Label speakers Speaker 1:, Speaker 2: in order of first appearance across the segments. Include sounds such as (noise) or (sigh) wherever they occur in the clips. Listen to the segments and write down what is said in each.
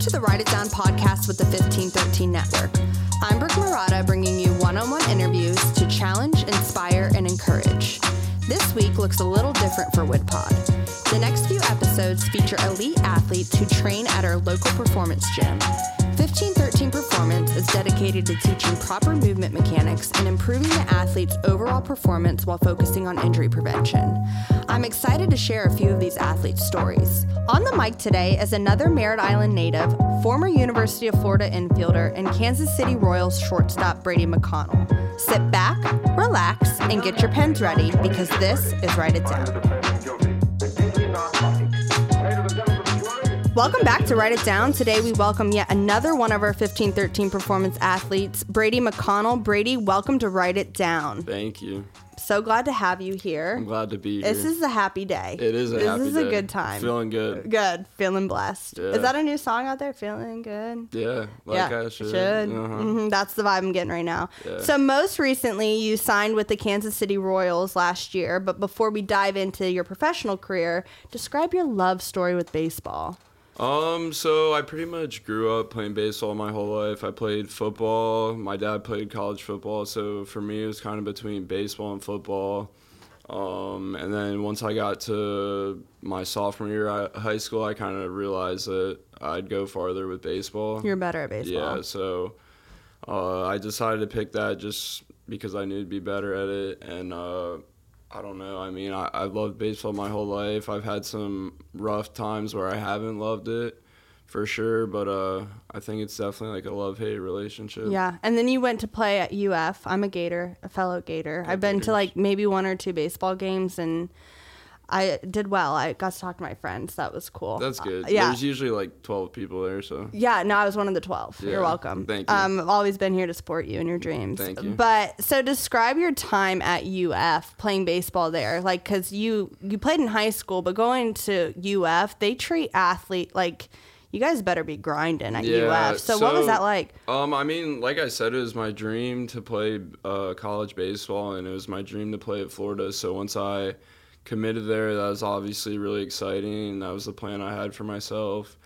Speaker 1: to the Write It Down podcast with the 1513 Network. I'm Brooke Murata, bringing you one on one interviews to challenge, inspire, and encourage. This week looks a little different for WoodPod. The next few episodes feature elite athletes who train at our local performance gym. 1513 Performance is dedicated to teaching proper movement mechanics and improving the athlete's overall performance while focusing on injury prevention. I'm excited to share a few of these athletes' stories. On the mic today is another Merritt Island native, former University of Florida infielder, and Kansas City Royals shortstop Brady McConnell. Sit back, relax, and get your pens ready because this is Write It Down. Welcome back to Write It Down. Today we welcome yet another one of our 1513 performance athletes, Brady McConnell. Brady, welcome to Write It Down.
Speaker 2: Thank you.
Speaker 1: So glad to have you
Speaker 2: I'm
Speaker 1: here.
Speaker 2: glad to be here.
Speaker 1: This is a happy day.
Speaker 2: it is a
Speaker 1: This
Speaker 2: happy
Speaker 1: is a
Speaker 2: day.
Speaker 1: good time.
Speaker 2: Feeling good.
Speaker 1: Good. Feeling blessed.
Speaker 2: Yeah.
Speaker 1: Is that a new song out there? Feeling good.
Speaker 2: Yeah, like I should. Uh-huh.
Speaker 1: Mhm, That's the vibe I'm getting right now.
Speaker 2: Yeah.
Speaker 1: So, most recently, you signed with the Kansas City Royals last year. But before we dive into your professional career, describe your love story with baseball.
Speaker 2: Um, so I pretty much grew up playing baseball my whole life. I played football. My dad played college football, so for me it was kind of between baseball and football. Um, and then once I got to my sophomore year at high school, I kind of realized that I'd go farther with baseball.
Speaker 1: You're better at baseball.
Speaker 2: Yeah, so uh, I decided to pick that just because I knew to be better at it. And uh, I don't know. I mean, I, I've loved baseball my whole life. I've had some rough times where I haven't loved it for sure, but uh, I think it's definitely like a love hate relationship.
Speaker 1: Yeah, and then you went to play at UF. I'm a Gator, a fellow Gator. I've been to
Speaker 2: Gators.
Speaker 1: like maybe one or two baseball games, and I did well. I got to talk to my friends. That was cool.
Speaker 2: That's good.
Speaker 1: Uh, yeah.
Speaker 2: There's usually like 12 people there, so.
Speaker 1: yeah, no, I was one of the 12.
Speaker 2: Yeah,
Speaker 1: You're welcome.
Speaker 2: thank you.
Speaker 1: Um, I've always been here to support you in your dreams.
Speaker 2: Thank you.
Speaker 1: But so describe your time at UF playing baseball there. Like, because you, you played in high school, but going to UF, they treat athlete like you guys better be grinding at
Speaker 2: Yeah,
Speaker 1: UF. so what was
Speaker 2: so-
Speaker 1: that like?
Speaker 2: Um, I mean, like I said, it was my dream to play uh, college baseball, and it was my dream to play at Florida. So once I committed there, that was obviously really exciting. and That was the plan I had for myself,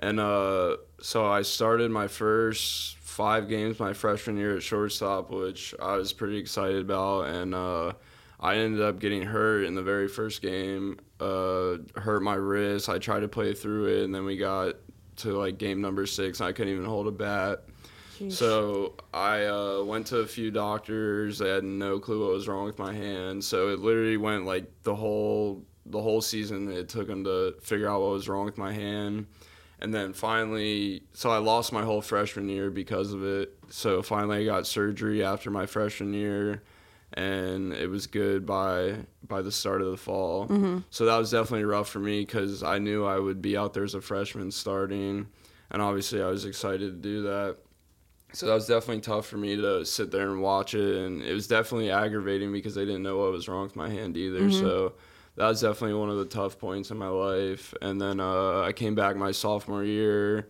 Speaker 2: and uh, so I started my first five games my freshman year at shortstop, which I was pretty excited about, and uh, I ended up getting hurt in the very first game. Uh, hurt my wrist. I tried to play through it, and then we got to like game number six. And I couldn't even hold a bat. So I uh, went to a few doctors. They had no clue what was wrong with my hand. So it literally went like the whole the whole season. It took them to figure out what was wrong with my hand, and then finally, so I lost my whole freshman year because of it. So finally, I got surgery after my freshman year, and it was good by by the start of the fall. So that was definitely rough for me because I knew I would be out there as a freshman starting, and obviously I was excited to do that. So that was definitely tough for me to sit there and watch it, and it was definitely aggravating because I didn't know what was wrong with my hand either. So that was definitely one of the tough points in my life. And then uh, I came back my sophomore year,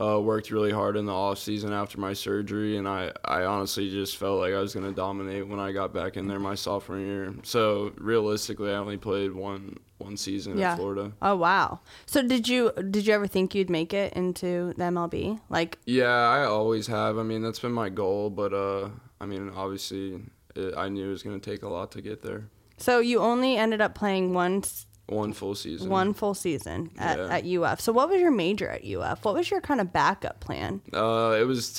Speaker 2: uh, worked really hard in the off season after my surgery, and I, I honestly just felt like I was gonna dominate when I got back in there my sophomore year. So realistically, I only played one one season
Speaker 1: Yeah.
Speaker 2: in Florida.
Speaker 1: Oh wow! So did you did you ever think you'd make it into the MLB? Like,
Speaker 2: Yeah, I always have. I mean, that's been my goal, but uh, I mean, obviously, it, I knew it was going to take a lot to get there.
Speaker 1: so you only ended up playing one s-
Speaker 2: One full season.
Speaker 1: one full season at,
Speaker 2: Yeah.
Speaker 1: at UF. So what was your major at UF? What was your kind of backup plan,
Speaker 2: Uh, it was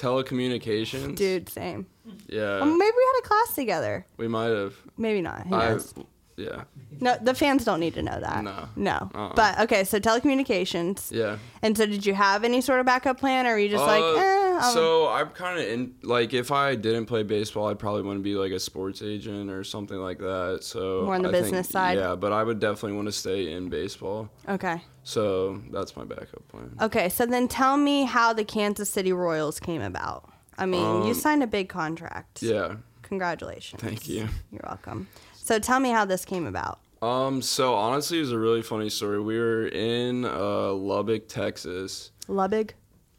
Speaker 2: telecommunications.
Speaker 1: dude? Um, Same.
Speaker 2: Yeah,
Speaker 1: Well, maybe we had a class together.
Speaker 2: we might have.
Speaker 1: Maybe not. Who
Speaker 2: I,
Speaker 1: knows?
Speaker 2: yeah,
Speaker 1: No, the fans don't need to know that.
Speaker 2: No.
Speaker 1: No.
Speaker 2: Uh-uh.
Speaker 1: But okay, so telecommunications.
Speaker 2: yeah.
Speaker 1: And so, did you have any sort of backup plan, or were you just like,
Speaker 2: Uh,
Speaker 1: eh? I'll-
Speaker 2: so I'm kind of in like if I didn't play baseball, I'd probably want to be like a sports agent or something like that. So
Speaker 1: More on the
Speaker 2: I think-
Speaker 1: business side.
Speaker 2: Yeah, but I would definitely want to stay in baseball.
Speaker 1: okay.
Speaker 2: So that's my backup plan.
Speaker 1: Okay, so then tell me how the Kansas City Royals came about. I mean, you signed a big contract.
Speaker 2: Um, Yeah,
Speaker 1: Congratulations.
Speaker 2: thank you.
Speaker 1: You're welcome. So tell me how this came about.
Speaker 2: Um, so honestly, it was a really funny story. We were in uh, Lubbock, Texas.
Speaker 1: Lubbock?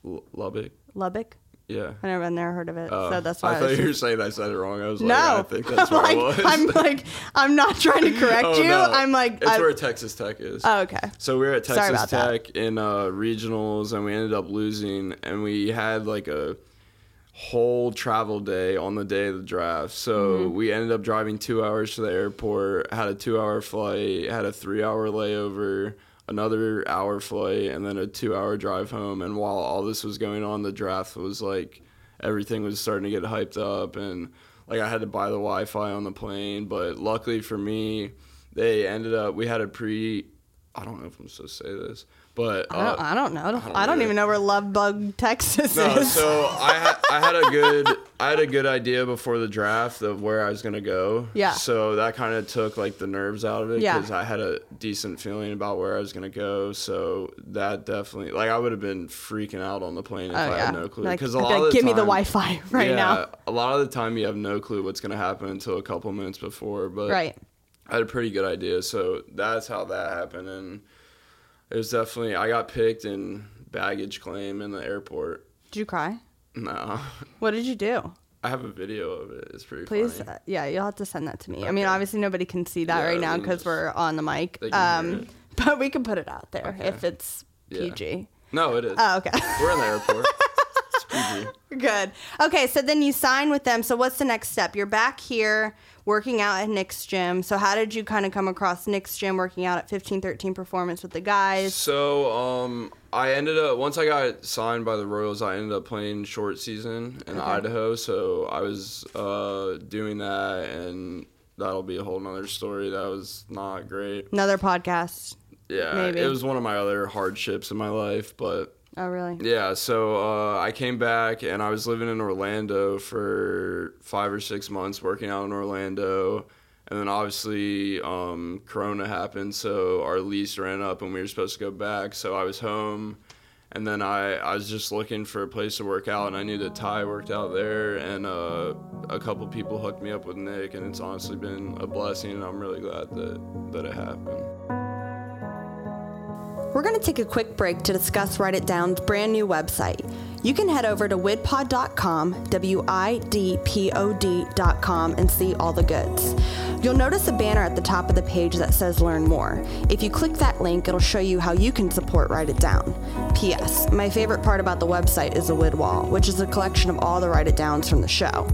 Speaker 2: L- Lubbock?
Speaker 1: Lubbock?
Speaker 2: Yeah.
Speaker 1: I've never been there, heard of it.
Speaker 2: Oh,
Speaker 1: so that's why
Speaker 2: I
Speaker 1: I
Speaker 2: thought
Speaker 1: was
Speaker 2: you were saying I said it wrong. I was
Speaker 1: no,
Speaker 2: like, I
Speaker 1: (laughs)
Speaker 2: think that's
Speaker 1: I'm
Speaker 2: what it
Speaker 1: like,
Speaker 2: was.
Speaker 1: I'm like, I'm not trying
Speaker 2: (laughs)
Speaker 1: to correct
Speaker 2: Oh,
Speaker 1: you.
Speaker 2: no.
Speaker 1: I'm like,
Speaker 2: (laughs) it's
Speaker 1: I-
Speaker 2: where Texas Tech is.
Speaker 1: oh, okay.
Speaker 2: So we were at
Speaker 1: Sorry
Speaker 2: Texas
Speaker 1: about that.
Speaker 2: Tech in uh, regionals, and we ended up losing. And we had like a whole travel day on the day of the draft. So
Speaker 1: Mm-hmm.
Speaker 2: we ended up driving two hours to the airport, had a two-hour flight, had a three-hour layover, another hour flight, and then a two-hour drive home. And while all this was going on, the draft was like everything was starting to get hyped up, and like I had to buy the Wi-Fi on the plane. But luckily for me. They ended up. We had a pre I don't know if I'm supposed to say this, but
Speaker 1: I don't,
Speaker 2: uh,
Speaker 1: I don't know. I don't,
Speaker 2: don't either.
Speaker 1: even know where Love Bug, Texas
Speaker 2: no.
Speaker 1: is.
Speaker 2: So I ha- I
Speaker 1: (laughs)
Speaker 2: had a good I had a good idea before the draft of where I was gonna go.
Speaker 1: Yeah.
Speaker 2: So that kind of took like the nerves out of it
Speaker 1: Yeah.
Speaker 2: because I had a decent feeling about where I was gonna go. So that definitely like I would have been freaking out on the plane
Speaker 1: (laughs)
Speaker 2: if
Speaker 1: oh
Speaker 2: I
Speaker 1: yeah.
Speaker 2: had no clue
Speaker 1: Like,
Speaker 2: because
Speaker 1: I'd
Speaker 2: a
Speaker 1: be
Speaker 2: lot
Speaker 1: like,
Speaker 2: of the
Speaker 1: give me the
Speaker 2: time-
Speaker 1: Wi-Fi (laughs) right
Speaker 2: yeah,
Speaker 1: now.
Speaker 2: A lot of the time you have no clue what's gonna happen until a couple minutes before. But
Speaker 1: Right.
Speaker 2: I had a pretty good idea. So that's how that happened. And it was definitely, I got picked in baggage claim in the airport.
Speaker 1: Did you cry?
Speaker 2: No,
Speaker 1: What did you do?
Speaker 2: I have a video of it. It's pretty
Speaker 1: Please,
Speaker 2: funny.
Speaker 1: uh, yeah, you'll have to send that to me. I mean,
Speaker 2: Okay.
Speaker 1: obviously nobody can see that
Speaker 2: Yeah,
Speaker 1: right
Speaker 2: I
Speaker 1: now
Speaker 2: mean,
Speaker 1: because
Speaker 2: just-
Speaker 1: we're on the mic.
Speaker 2: They can hear
Speaker 1: Um,
Speaker 2: it.
Speaker 1: (laughs) but we can put it out there
Speaker 2: Okay.
Speaker 1: if it's
Speaker 2: Yeah.
Speaker 1: PG.
Speaker 2: No, it is.
Speaker 1: Oh, okay. (laughs)
Speaker 2: We're in the airport. it's PG.
Speaker 1: Good. Okay, so then you sign with them. So what's the next step? You're back here working out at Nick's gym. So how did you kind of come across Nick's gym working out at 1513 Performance with the guys?
Speaker 2: So um, I ended up once I got signed by the Royals, I ended up playing short season in Idaho. So I was uh, doing that, and that'll be a whole nother story. That was not great.
Speaker 1: Another podcast.
Speaker 2: Yeah,
Speaker 1: Maybe.
Speaker 2: it was one of my other hardships in my life, but
Speaker 1: Oh, really?
Speaker 2: yeah. So uh, I came back and I was living in Orlando for five or six months, working out in Orlando, and then obviously um, Corona happened, so our lease ran up and we were supposed to go back. So I was home, and then I I was just looking for a place to work out, and I knew that Ty worked out there, and uh, a couple people hooked me up with Nick, and it's honestly been a blessing, and I'm really glad that that it happened.
Speaker 1: We're going to take a quick break to discuss Write It Down's brand new website. You can head over to widpod.com, W I D P O D.com, and see all the goods. You'll notice a banner at the top of the page that says Learn More. If you click that link, it'll show you how you can support Write It Down. P.S. My favorite part about the website is the Wid Wall, which is a collection of all the Write It Downs from the show.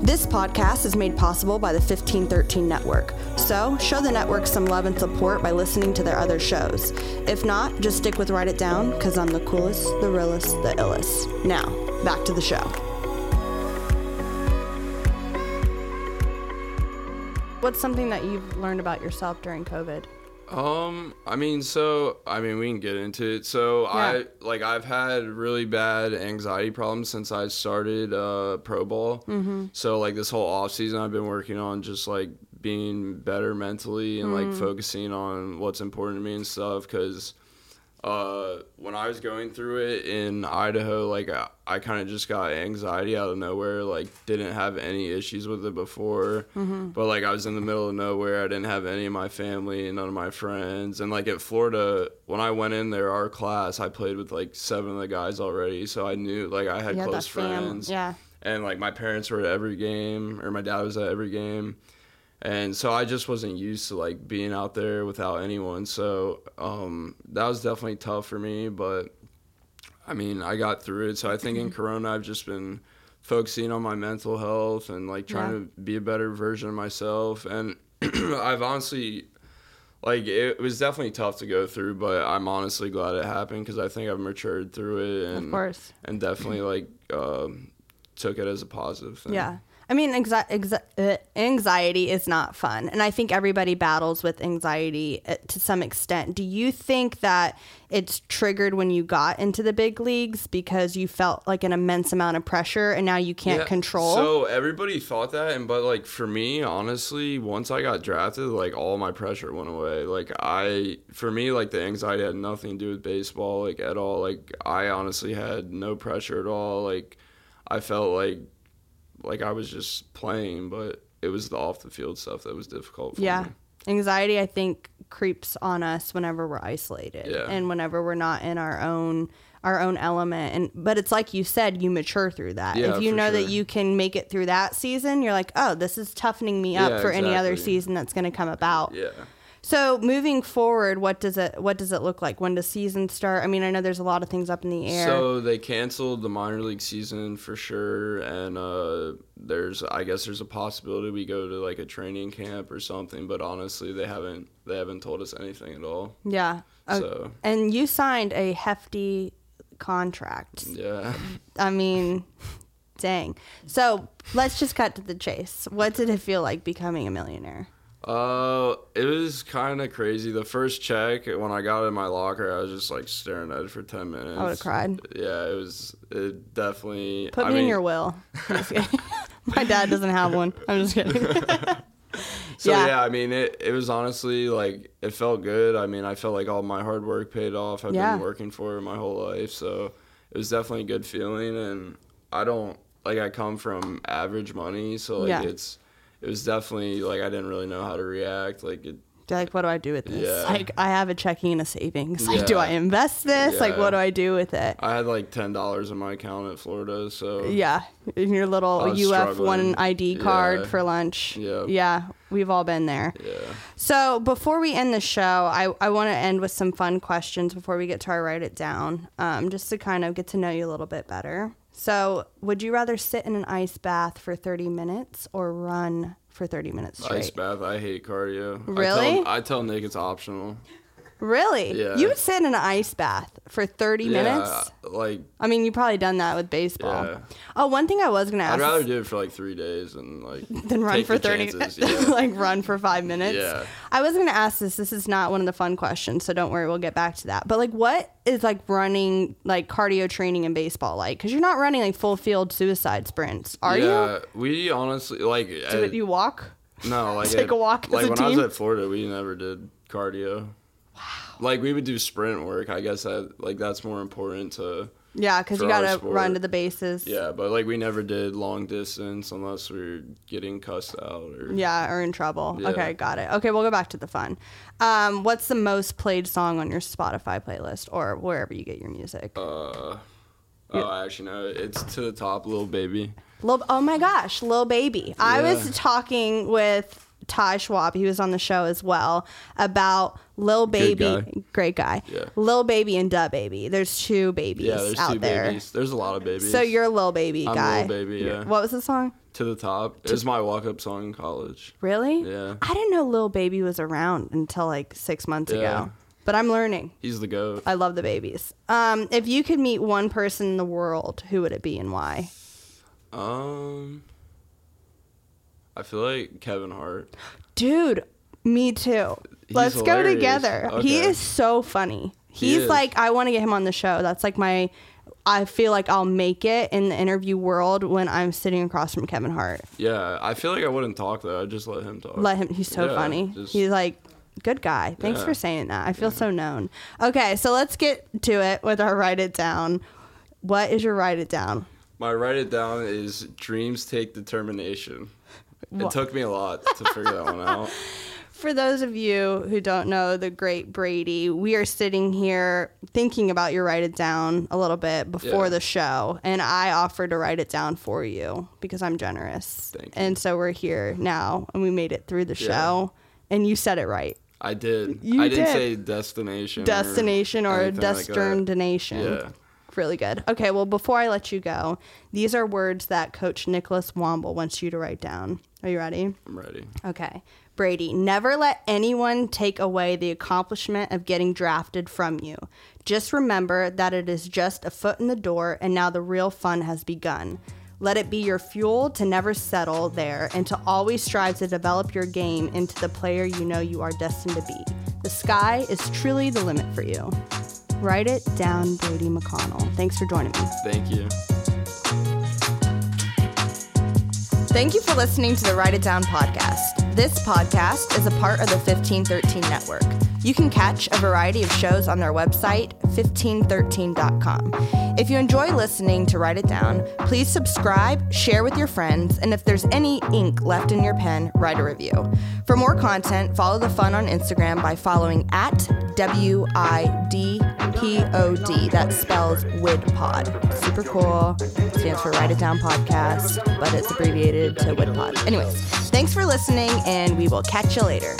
Speaker 1: This podcast is made possible by the 1513 Network, so show the network some love and support by listening to their other shows. If not, just stick with Write It Down, because I'm the coolest, the realest, the illest. Now, back to the show. What's something that you've learned about yourself during COVID?
Speaker 2: Um, I mean, so I mean, we can get into it. So
Speaker 1: Yeah.
Speaker 2: I like I've had really bad anxiety problems since I started uh, pro ball. Mm-hmm. So like this whole off season, I've been working on just like being better mentally and like focusing on what's important to me and stuff. Because uh, when I was going through it in Idaho, like I, I kind of just got anxiety out of nowhere. Like didn't have any issues with it before, but like I was in the middle of nowhere. I didn't have any of my family, none of my friends, and like at Florida, when I went in there, our class, I played with like seven of the guys already, so I knew like I had
Speaker 1: Yeah,
Speaker 2: close friends
Speaker 1: Yeah.
Speaker 2: and like my parents were at every game or my dad was at every game and so i just wasn't used to like being out there without anyone so um that was definitely tough for me but i mean i got through it so
Speaker 1: (clears throat)
Speaker 2: i think in corona i've just been focusing on my mental health and like trying
Speaker 1: Yeah.
Speaker 2: to be a better version of myself and (clears throat) i've honestly like it was definitely tough to go through but i'm honestly glad it happened because i think i've matured through it and
Speaker 1: Of course.
Speaker 2: and definitely like um, took it as a positive thing.
Speaker 1: Yeah. I mean, exa- exa- uh, anxiety is not fun. And I think everybody battles with anxiety uh, to some extent. Do you think that it's triggered when you got into the big leagues because you felt like an immense amount of pressure and now you can't
Speaker 2: Yeah,
Speaker 1: control?
Speaker 2: So everybody thought that, and but like for me, honestly, once I got drafted, like all my pressure went away. Like I, for me, like the anxiety had nothing to do with baseball, like at all. Like I honestly had no pressure at all. Like I felt like like I was just playing, but it was the off the field stuff that was difficult. for
Speaker 1: yeah.
Speaker 2: me.
Speaker 1: anxiety i think creeps on us whenever we're isolated
Speaker 2: Yeah.
Speaker 1: and whenever we're not in our own our own element and but it's like you said you mature through that
Speaker 2: Yeah,
Speaker 1: if you
Speaker 2: for
Speaker 1: know that
Speaker 2: sure.
Speaker 1: you can make it through that season you're like oh this is toughening me up
Speaker 2: Yeah,
Speaker 1: for any other
Speaker 2: exactly.
Speaker 1: season that's going to come about
Speaker 2: Yeah.
Speaker 1: so moving forward what does it what does it look like when does season start i mean i know there's a lot of things up in the air
Speaker 2: So they canceled the minor league season for sure, and uh, there's I guess there's a possibility we go to like a training camp or something. But honestly, they haven't they haven't told us anything at all.
Speaker 1: yeah Oh,
Speaker 2: So
Speaker 1: and you signed a hefty contract
Speaker 2: yeah,
Speaker 1: I mean, dang. So let's just cut to the chase. What did it feel like becoming a millionaire?
Speaker 2: uh, it was kind of crazy. The first check when I got it in my locker, I was just like staring at it for ten minutes.
Speaker 1: I would have cried.
Speaker 2: Yeah, it was. It definitely
Speaker 1: Put
Speaker 2: I
Speaker 1: me in
Speaker 2: mean,
Speaker 1: your
Speaker 2: (laughs)
Speaker 1: will. I'm just kidding. (laughs) My dad doesn't have one. I'm just kidding. (laughs)
Speaker 2: So
Speaker 1: Yeah.
Speaker 2: yeah. I mean it. It was honestly like it felt good. I mean, I felt like all my hard work paid off. I've
Speaker 1: Yeah.
Speaker 2: been working for it my whole life, so it was definitely a good feeling. And I don't like I come from average money, so like
Speaker 1: Yeah.
Speaker 2: it's it was definitely like I didn't really know how to react. Like it,
Speaker 1: You're like, what do I do with this?
Speaker 2: Yeah.
Speaker 1: Like, I have a checking and a savings. Like, do
Speaker 2: Yeah.
Speaker 1: I invest this? Like,
Speaker 2: Yeah.
Speaker 1: what do I do with it?
Speaker 2: I had like ten dollars in my account at Florida, so
Speaker 1: Yeah, in your little
Speaker 2: I was
Speaker 1: UF one
Speaker 2: struggling.
Speaker 1: ID card
Speaker 2: Yeah.
Speaker 1: for lunch.
Speaker 2: Yeah.
Speaker 1: yeah, we've all been there.
Speaker 2: yeah.
Speaker 1: So before we end the show, I, I want to end with some fun questions before we get to our write it down, um, just to kind of get to know you a little bit better. So, would you rather sit in an ice bath for 30 minutes or run for 30 minutes straight?
Speaker 2: Ice bath. I hate cardio. I tell-
Speaker 1: Really?
Speaker 2: I tell Nick it's optional.
Speaker 1: Really?
Speaker 2: Yeah.
Speaker 1: You would sit in an ice bath for 30 minutes?
Speaker 2: Yeah, like
Speaker 1: I mean, you probably done that with baseball.
Speaker 2: Yeah.
Speaker 1: Oh, one thing I was going to ask
Speaker 2: I'd
Speaker 1: is-
Speaker 2: rather do it for like three days and like
Speaker 1: then run
Speaker 2: take
Speaker 1: for
Speaker 2: the
Speaker 1: 30 (laughs)
Speaker 2: chances, yeah.
Speaker 1: like run for five minutes
Speaker 2: Yeah.
Speaker 1: i was going to ask this this is not one of the fun questions so don't worry we'll get back to that but like what is like running like cardio training in baseball like because you're not running like full field suicide sprints are you
Speaker 2: yeah, we honestly like
Speaker 1: do
Speaker 2: at-
Speaker 1: it, you walk (laughs)
Speaker 2: no like
Speaker 1: take
Speaker 2: at-
Speaker 1: a walk as
Speaker 2: Like
Speaker 1: a
Speaker 2: when I
Speaker 1: team?
Speaker 2: was at Florida, we never did cardio. Wow. Like we would do sprint work. I guess that like that's more important to
Speaker 1: yeah because you
Speaker 2: For our
Speaker 1: gotta
Speaker 2: sport.
Speaker 1: run to the bases
Speaker 2: yeah. But like we never did long distance unless we were getting cussed out or
Speaker 1: yeah or in trouble
Speaker 2: Yeah.
Speaker 1: okay got it okay we'll go back to the fun um, what's the most played song on your spotify playlist or wherever you get your music
Speaker 2: Oh, I actually no, it's to the top, little baby.
Speaker 1: Lil, oh my gosh, Lil Baby. I was
Speaker 2: Yeah.
Speaker 1: talking with Ty Schwab, he was on the show as well, about Lil Baby.
Speaker 2: guy.
Speaker 1: Great guy.
Speaker 2: Yeah.
Speaker 1: Lil Baby and Duh Baby. There's two babies
Speaker 2: Yeah, there's
Speaker 1: out
Speaker 2: two
Speaker 1: there.
Speaker 2: babies. There's a lot of babies.
Speaker 1: So you're a Lil Baby
Speaker 2: I'm
Speaker 1: guy.
Speaker 2: Lil Baby,
Speaker 1: You're-
Speaker 2: yeah.
Speaker 1: What was the song?
Speaker 2: to the top. It was my walk-up song in college.
Speaker 1: Really?
Speaker 2: Yeah.
Speaker 1: I didn't know Lil Baby was around until like six months
Speaker 2: Yeah.
Speaker 1: ago. But I'm learning.
Speaker 2: He's the goat.
Speaker 1: I love the babies. Um, if you could meet one person in the world, who would it be and why?
Speaker 2: Um, I feel like Kevin Hart.
Speaker 1: Dude, me too.
Speaker 2: He's
Speaker 1: Let's go
Speaker 2: hilarious.
Speaker 1: together. He
Speaker 2: Okay.
Speaker 1: is so funny.
Speaker 2: He
Speaker 1: He's
Speaker 2: is.
Speaker 1: like, I want to get him on the show. That's like my, I feel like I'll make it in the interview world when I'm sitting across from Kevin Hart.
Speaker 2: Yeah, I feel like I wouldn't talk though. I'd just let him talk.
Speaker 1: Let him, he's so
Speaker 2: Yeah,
Speaker 1: funny.
Speaker 2: just-
Speaker 1: he's like, good guy. Thanks
Speaker 2: Yeah.
Speaker 1: for saying that. I feel so known. Okay, so let's get to it with our write it down. What is your write it down?
Speaker 2: My write it down is dreams take determination.
Speaker 1: Wha-
Speaker 2: It took me a lot to figure that one out.
Speaker 1: (laughs) For those of you who don't know the great Brady, we are sitting here thinking about your write it down a little bit before
Speaker 2: Yeah.
Speaker 1: the show, and I offered to write it down for you because I'm generous.
Speaker 2: Thank you.
Speaker 1: And so we're here now, and we made it through the
Speaker 2: Yeah.
Speaker 1: show, and you said it right.
Speaker 2: I did.
Speaker 1: You
Speaker 2: I didn't
Speaker 1: did.
Speaker 2: say destination.
Speaker 1: Destination or
Speaker 2: anything like that.
Speaker 1: destination.
Speaker 2: Yeah.
Speaker 1: Really good. Okay, well, before I let you go, these are words that Coach Nicholas Womble wants you to write down. Are you ready?
Speaker 2: I'm ready.
Speaker 1: Okay. Brady, never let anyone take away the accomplishment of getting drafted from you. Just remember that it is just a foot in the door and now the real fun has begun. Let it be your fuel to never settle there and to always strive to develop your game into the player you know you are destined to be. The sky is truly the limit for you. Write it down, Brady McConnell. Thanks for joining me.
Speaker 2: Thank you.
Speaker 1: Thank you for listening to the Write It Down podcast. This podcast is a part of the 1513 network. You can catch a variety of shows on their website, 1513.com. If you enjoy listening to Write It Down, please subscribe, share with your friends, and if there's any ink left in your pen, write a review. For more content, follow the fun on Instagram by following at W-I-D-P-O-D. That spells WIDPOD. Super cool. Stands for Write It Down Podcast, but it's abbreviated to WIDPOD. Anyways, thanks for listening, and we will catch you later.